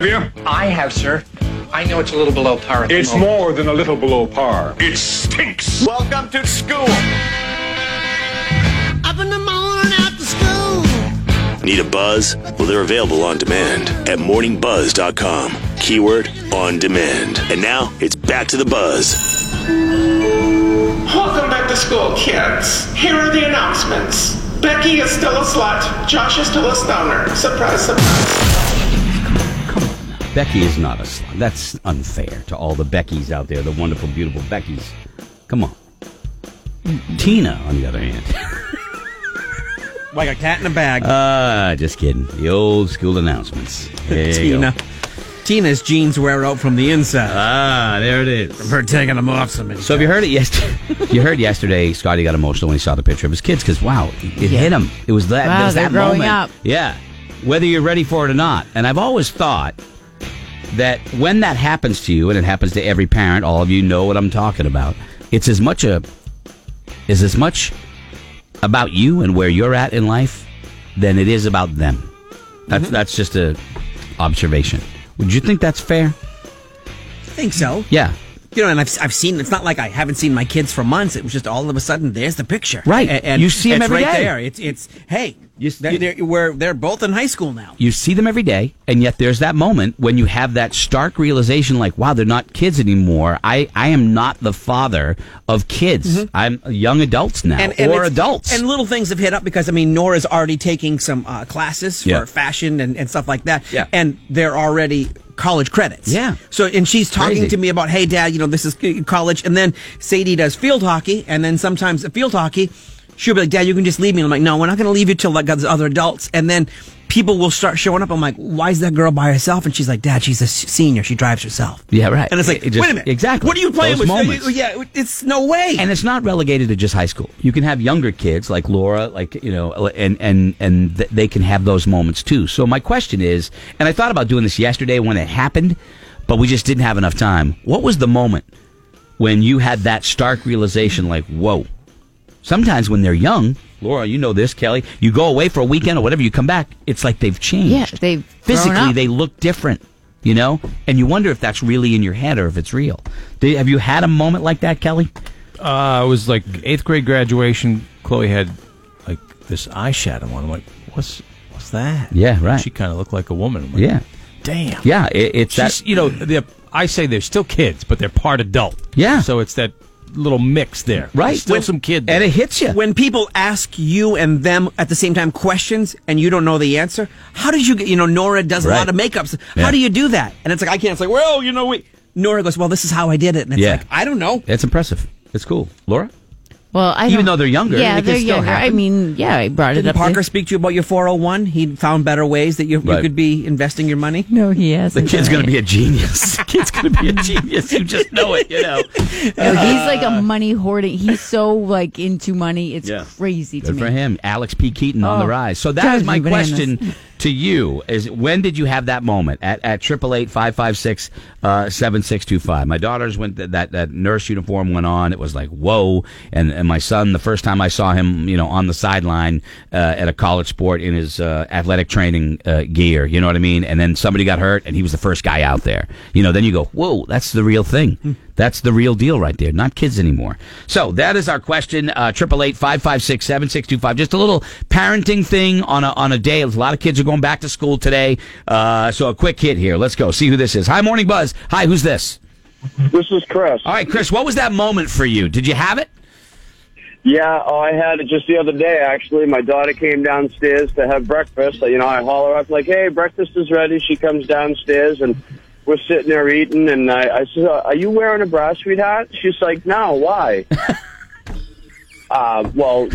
Yeah, I have, sir. I know it's a little below par. At the it's moment. more than a little below par. It stinks. Welcome to school. Up in the morning after school. Need a buzz? Well, they're available on demand at morningbuzz.com. Keyword on demand. And now it's back to the buzz. Welcome back to school, kids. Here are the announcements. Becky is still a slut. Josh is still a stoner. Surprise, surprise. Becky is not a slut. That's unfair to all the Beckys out there, the wonderful, beautiful Beckys. Come on. Tina, on the other hand. Like a cat in a bag. Uh, just kidding. The old school announcements. There you go. Tina. Tina's jeans wear out from the inside. Ah, there it is. Her taking them off so many So have you heard it yesterday? you heard yesterday. Scotty got emotional when he saw the picture of his kids because wow, it, it hit him. It was that. Wow, it was they're that growing moment. up. Yeah, whether you're ready for it or not. And I've always thought that when that happens to you, and it happens to every parent, all of you know what I'm talking about. It's as much a is as much about you and where you're at in life than it is about them. That's Mm-hmm. that's just a observation. Would you think that's fair? I think so. Yeah. You know, and I've, I've seen, it's not like I haven't seen my kids for months. It was just all of a sudden, there's the picture. Right. A- And, You see 'em it's every right day. there. It's, it's hey, You- they're, they're, we're, they're both in high school now. you see them every day and yet there's that moment when you have that stark realization like wow they're not kids anymore i i am not the father of kids i'm young adults now or it's- adults Mm-hmm. And little things have hit up because I mean Nora's already taking some uh, classes Yeah. for fashion and, and stuff like that. Yeah. And they're already college credits. Yeah. So and she's talking Crazy. to me about, hey dad, you know, this is c- college and then Sadie does field hockey and then sometimes at field hockey, she'll be like, Dad, you can just leave me. And I'm like, No, we're not gonna leave you till like there's other adults and then People will start showing up. I'm like, why is that girl by herself? And she's like, Dad, she's a s- senior. She drives herself. Yeah, right. And it's like, It just- wait a minute. exactly. What are you playing with? Those moments. Yeah, it's no way. and it's not relegated to just high school. You can have younger kids like Laura, like you know, and and and th- they can have those moments too. So my question is, and I thought about doing this yesterday when it happened, but we just didn't have enough time. What was the moment when you had that stark realization, like, whoa? Sometimes when they're young, Laura, you know this, Kelly, you go away for a weekend or whatever, you come back, it's like they've changed. Yeah, they've grown physically up. they look different. You know, and you wonder if that's really in your head or if it's real. Do you- Have you had a moment like that, Kelly? Uh, it was like eighth grade graduation. Chloe had like this eyeshadow on. I'm like, what's what's that? Yeah, right. She kind of looked like a woman. I'm like, Yeah. damn. Yeah, it, it's she's that. you know, they're, I say they're still kids, but they're part adult. Yeah. so it's that little mix there. Right. There's still When- some kid. and there. it hits you. when people ask you and them at the same time questions and you don't know the answer, how did you get, you know, Nora does a Right. lot of makeups. Yeah. How do you do that? And it's like, I can't. It's like, well, you know, we. Nora goes, well, this is how I did it. And it's Yeah. like, I don't know. it's impressive. It's cool, Laura. Well, I Even don't- though they're younger, Yeah, it can they're still younger. I happen. mean, yeah, I brought it Did up. to- Parker speak to you about your 401? He found better ways that you, you Right. could be investing your money. No, he hasn't. done it. a genius. The kid's gonna be a genius. You just know it. You know. No, he's like a money hoarding. He's so like into money. It's Yeah. crazy to Good me. for him, Alex P. Keaton on Oh, the rise. So that drives is my me bananas. question to you: Is when did you have that moment at at triple eight five five six uh, seven six two five? My daughter's went that, that that nurse uniform went on. It was like whoa, and and my son the first time I saw him, you know, on the sideline uh, at a college sport in his uh, athletic training uh, gear. You know what I mean? And then somebody got hurt, and he was the first guy out there. You know, then you go whoa, that's the real thing. That's the real deal right there. Not kids anymore. So that is our question. uh, Triple eight five five six seven six two five. Just a little parenting thing on a on a day. A lot of kids are going back to school today. Uh, so a quick hit here. Let's go see who this is. Hi, morning buzz. Hi, who's this? This is Chris. All right, Chris. What was that moment for you? Did you have it? Yeah, oh, I had it just the other day, actually. My daughter came downstairs to have breakfast. You know, I holler up, like, hey, breakfast is ready. She comes downstairs, and we're sitting there eating, and I, I said, are you wearing a bra, sweetheart? She's like, no, why? uh, well,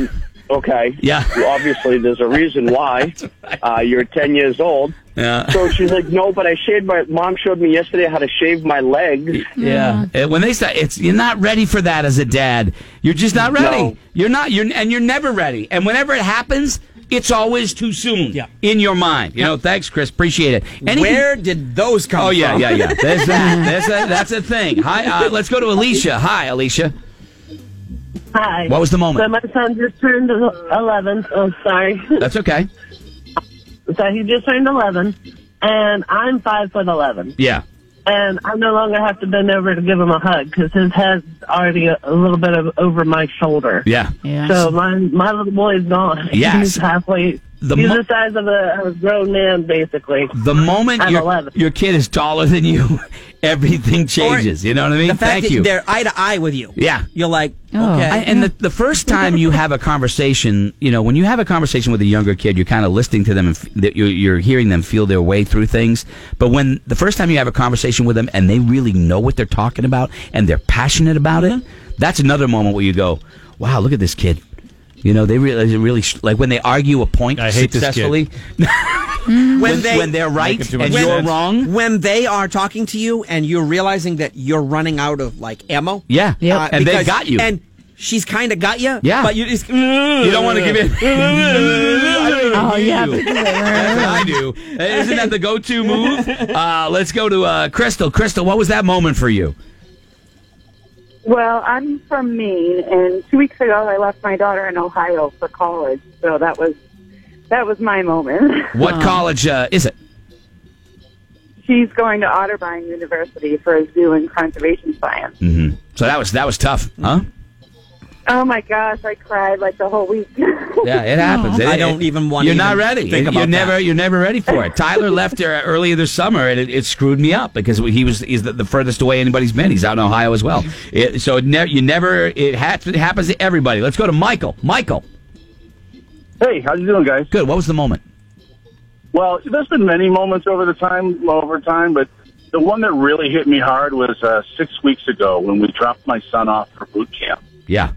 okay. Yeah. Well, obviously, there's a reason why. uh, you're 10 years old. Yeah. So she's like, no, but I shaved my, mom showed me yesterday how to shave my legs. Yeah. Uh, When they start, it's you're not ready for that as a dad. You're just not ready. No. You're not. You're and you're never ready. And whenever it happens, it's always too soon. Yeah. In your mind. You know. Thanks, Chris. Appreciate it. Any- Where did those come Oh yeah, from? yeah, yeah. There's that. There's that. That's a thing. Hi. Uh, let's go to Alicia. Hi, Alicia. Hi. What was the So moment? my son just turned 11. Oh, sorry. That's okay. so he just turned 11. and I'm five foot eleven. Yeah. And I no longer have to bend over to give him a hug because his head's already a, a little bit of over my shoulder. Yeah. So my my little boy's gone. Yes. He's halfway. The he's mo- the size of a, of a grown man, basically. The moment I'm your, 11. your kid is taller than you, everything changes. you know what I mean? The fact Thank that you. they're eye to eye with you. Yeah. You're like, okay. I- and the, the first time you have a conversation, you know, when you have a conversation with a younger kid, you're kind of listening to them and f- that you're, you're hearing them feel their way through things. But when the first time you have a conversation with them and they really know what they're talking about and they're passionate about it, that's another moment where you go, wow, look at this kid. You know, they really, they really sh- like when they argue a point I hate this kid. successfully. When- when they're right Make him do and much you're sense. wrong, when they are talking to you and you're realizing that you're running out of like ammo, Uh, Yeah. Yep. And they've because- got you. and she's kind of got you, Yeah. but you just You don't want to give in. Oh, I yeah. do. That's what I do. Isn't that the go-to move? Uh, let's go to uh, Crystal. Crystal, what was that moment for you? Well, I'm from Maine, and two weeks ago I left my daughter in Ohio for college. So that was that was my moment. What Oh. college uh, is it? She's going to Otterbein University for zoo and conservation science. Mm-hmm. So that was that was tough, huh? Oh my gosh, I cried like the whole week. Yeah, it happens. It- I it- don't even want. You're to not even ready. Think about you're never that. you're never ready for it. Tyler left her earlier this summer, and it, it screwed me up because he was he's the, the furthest away anybody's been. He's out in Ohio as well. It, so it ne- you never it, ha- it happens to everybody. Let's go to Michael. Michael, Hey, how's you doing, guys? Good. What was the moment? Well, there's been many moments over the time, over time, but the one that really hit me hard was uh, six weeks ago when we dropped my son off for boot camp. Yeah.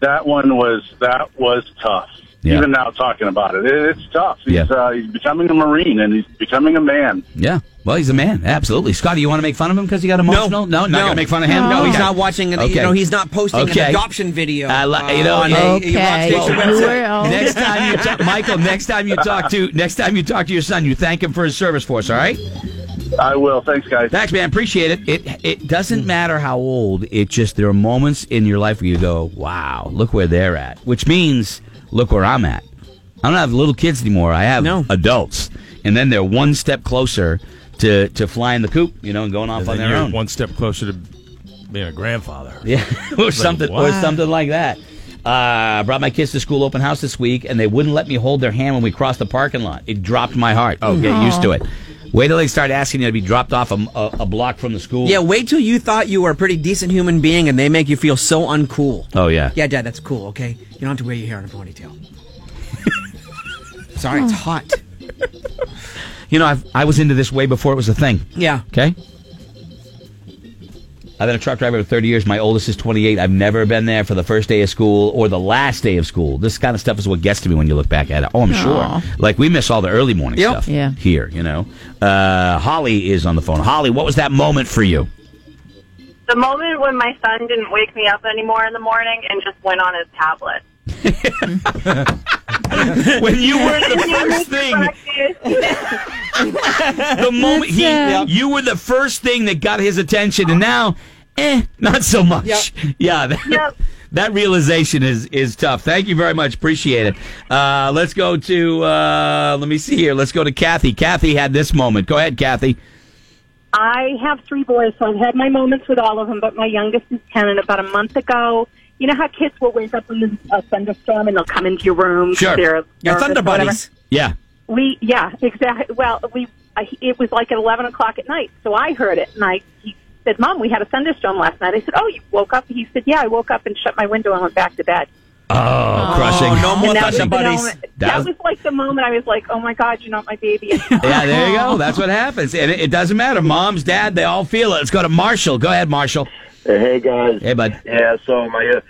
That one was that was tough. Yeah. Even now, talking about it, it it's tough. He's Yeah. uh, he's becoming a marine and he's becoming a man. Yeah. Well, he's a man. Absolutely. Scotty, you want to make fun of him because he got emotional? No, no, not gonna make fun of him. No, he's Okay. not watching. An, You Okay. know, he's not posting Okay. an adoption video. uh, I li- you know, on hey, a- a rock station website. Well, next time you talk, Michael, next time you talk to next time you talk to your son, you thank him for his service for us. All right. I will. Thanks, guys. Thanks, man. Appreciate it. It it doesn't matter how old. It just there are moments in your life where you go, wow, look where they're at, which means look where I'm at. I don't have little kids anymore. I have adults, and then they're one step closer to to flying the coop, you know, and going off And on then their you're own. one step closer to being a grandfather. Yeah, or Like, something, or what? something like that. Uh, I brought my kids to school open house this week, and they wouldn't let me hold their hand when we crossed the parking lot. It dropped my heart. Oh, get Aw. used to it. Wait till they start asking you to be dropped off a, a, a block from the school. Yeah, wait till you thought you were a pretty decent human being, and they make you feel so uncool. Oh yeah. Yeah, Dad, that's cool. Okay, you don't have to wear your hair in a ponytail. Sorry, it's hot. You know, I've, I was into this way before it was a thing. Yeah. Okay. I've been a truck driver for 30 years. My oldest is 28. I've never been there for the first day of school or the last day of school. This kind of stuff is what gets to me when you look back at it. Oh, I'm Aw. sure. Like, we miss all the early morning Yep. stuff Yeah. here, you know. Uh, Holly is on the phone. Holly, what was that moment for you? The moment when my son didn't wake me up anymore in the morning and just went on his tablet. when you were the first thing, the moment he, That's, uh, you were the first thing that got his attention, and now, eh, not so much. Yeah, that, that realization is is tough. Thank you very much. Appreciate it. Uh, let's go to uh, let me see here. Let's go to Kathy. Kathy had this moment. Go ahead, Kathy. I have three boys, so I've had my moments with all of them, but my youngest is 10, and about a month ago, you know how kids will wake up in the- a thunderstorm and they'll come into your room? 'cause They're Yeah, nervous, Thunder whatever. Buddies. Yeah. We, yeah, exactly. Well, we, I, it was like at 11 o'clock at night, so I heard it, and I he said, Mom, we had a thunderstorm last night. I said, Oh, you woke up? He said, Yeah, I woke up and shut my window and went back to bed. Oh, crushing. And that was the moment- That was- that was like the moment I was like, Oh my God, you're not my baby. yeah, there you go. That's what happens. And it, it doesn't matter. Moms, dad, they all feel it. Let's go to Marshall. Go ahead, Marshall. Hey guys. Hey bud. Yeah, so my uh,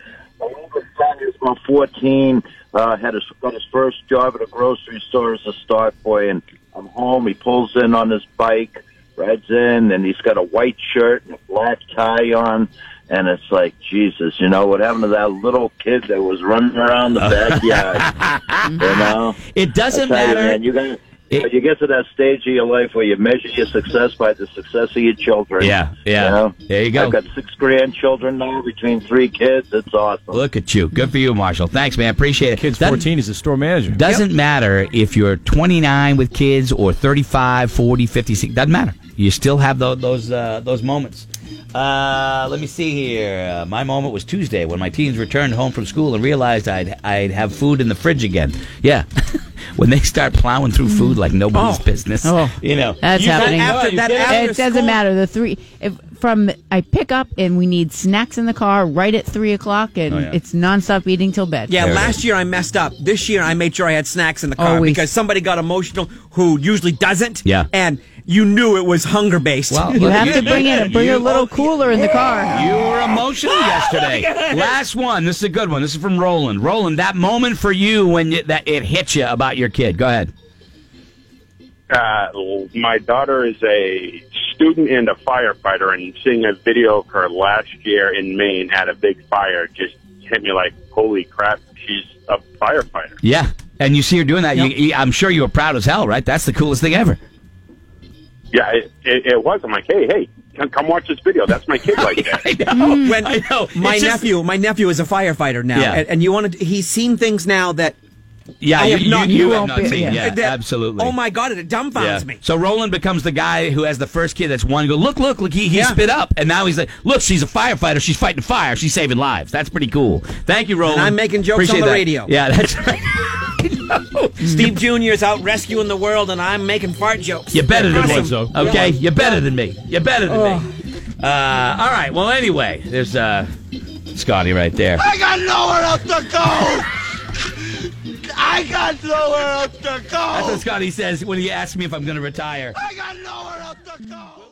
my oldest son is about fourteen. Uh, had his got his first job at a grocery store as a stock boy, and I'm home. He pulls in on his bike, rides in, and he's got a white shirt and a black tie on. And it's like Jesus, you know what happened to that little kid that was running around the backyard? you know, It doesn't I tell you, matter. man, you guys, but you get to that stage of your life where you measure your success by the success of your children. Yeah, yeah. You know? There you go. I've got six grandchildren now between three kids. It's awesome. Look at you. Good for you, Marshall. Thanks, man. Appreciate it. Kids 14 is the store manager. Doesn't matter if you're 29 with kids or 35, 40, 56. Doesn't matter. You still have those those, uh, those moments. Uh, let me see here. Uh, my moment was Tuesday when my teens returned home from school and realized I'd I'd have food in the fridge again. Yeah. when they start plowing through food like nobody's business. You know. That's You- happening. Oh. you can't- it doesn't matter. The three if, from I pick up and we need snacks in the car right at three o'clock, and Oh, yeah. it's nonstop eating till bed. Yeah, last year I messed up. This year I made sure I had snacks in the car Always. because somebody got emotional who usually doesn't. Yeah. And you knew it was hunger based. Well, You have to bring it- bring a little cooler in the car. You were emotional yesterday. Last one. This is a good one. This is from Roland. Roland, that moment for you when you, that it hit you about your kid. Go ahead. uh, my daughter is a student and a firefighter, and seeing a video of her last year in Maine at a big fire just hit me like, holy crap, she's a firefighter. Yeah, and you see her doing that. You, you- I'm sure you were proud as hell, right? That's the coolest thing ever. Yeah, it, it, it was. I'm like, hey, hey, come, come watch this video. That's my kid right there. when Mm. my It's just- nephew, my nephew is a firefighter now, Yeah. and, and you want to. He's seen things now that. Yeah, I you- have you- not, you have not seen, yeah, That- absolutely. Oh my god, it dumbfounds Yeah. me. So Roland becomes the guy who has the first kid that's one. Go look, look, look. He, he spit up, and now he's like, look, she's a firefighter. She's fighting fire. She's saving lives. That's pretty cool. Thank you, Roland. I'm making jokes on Appreciate the that. radio. Yeah, that's right. Steve Junior is out rescuing the world, and I'm making fart jokes. You're better than me. Awesome. Okay, Yeah. you're better than me. You're better than Ugh. me. Uh, all right. Well, anyway, there's uh, Scotty right there. I got nowhere else to go. I got nowhere else to go. That's what Scotty says when he asks me if I'm going to retire.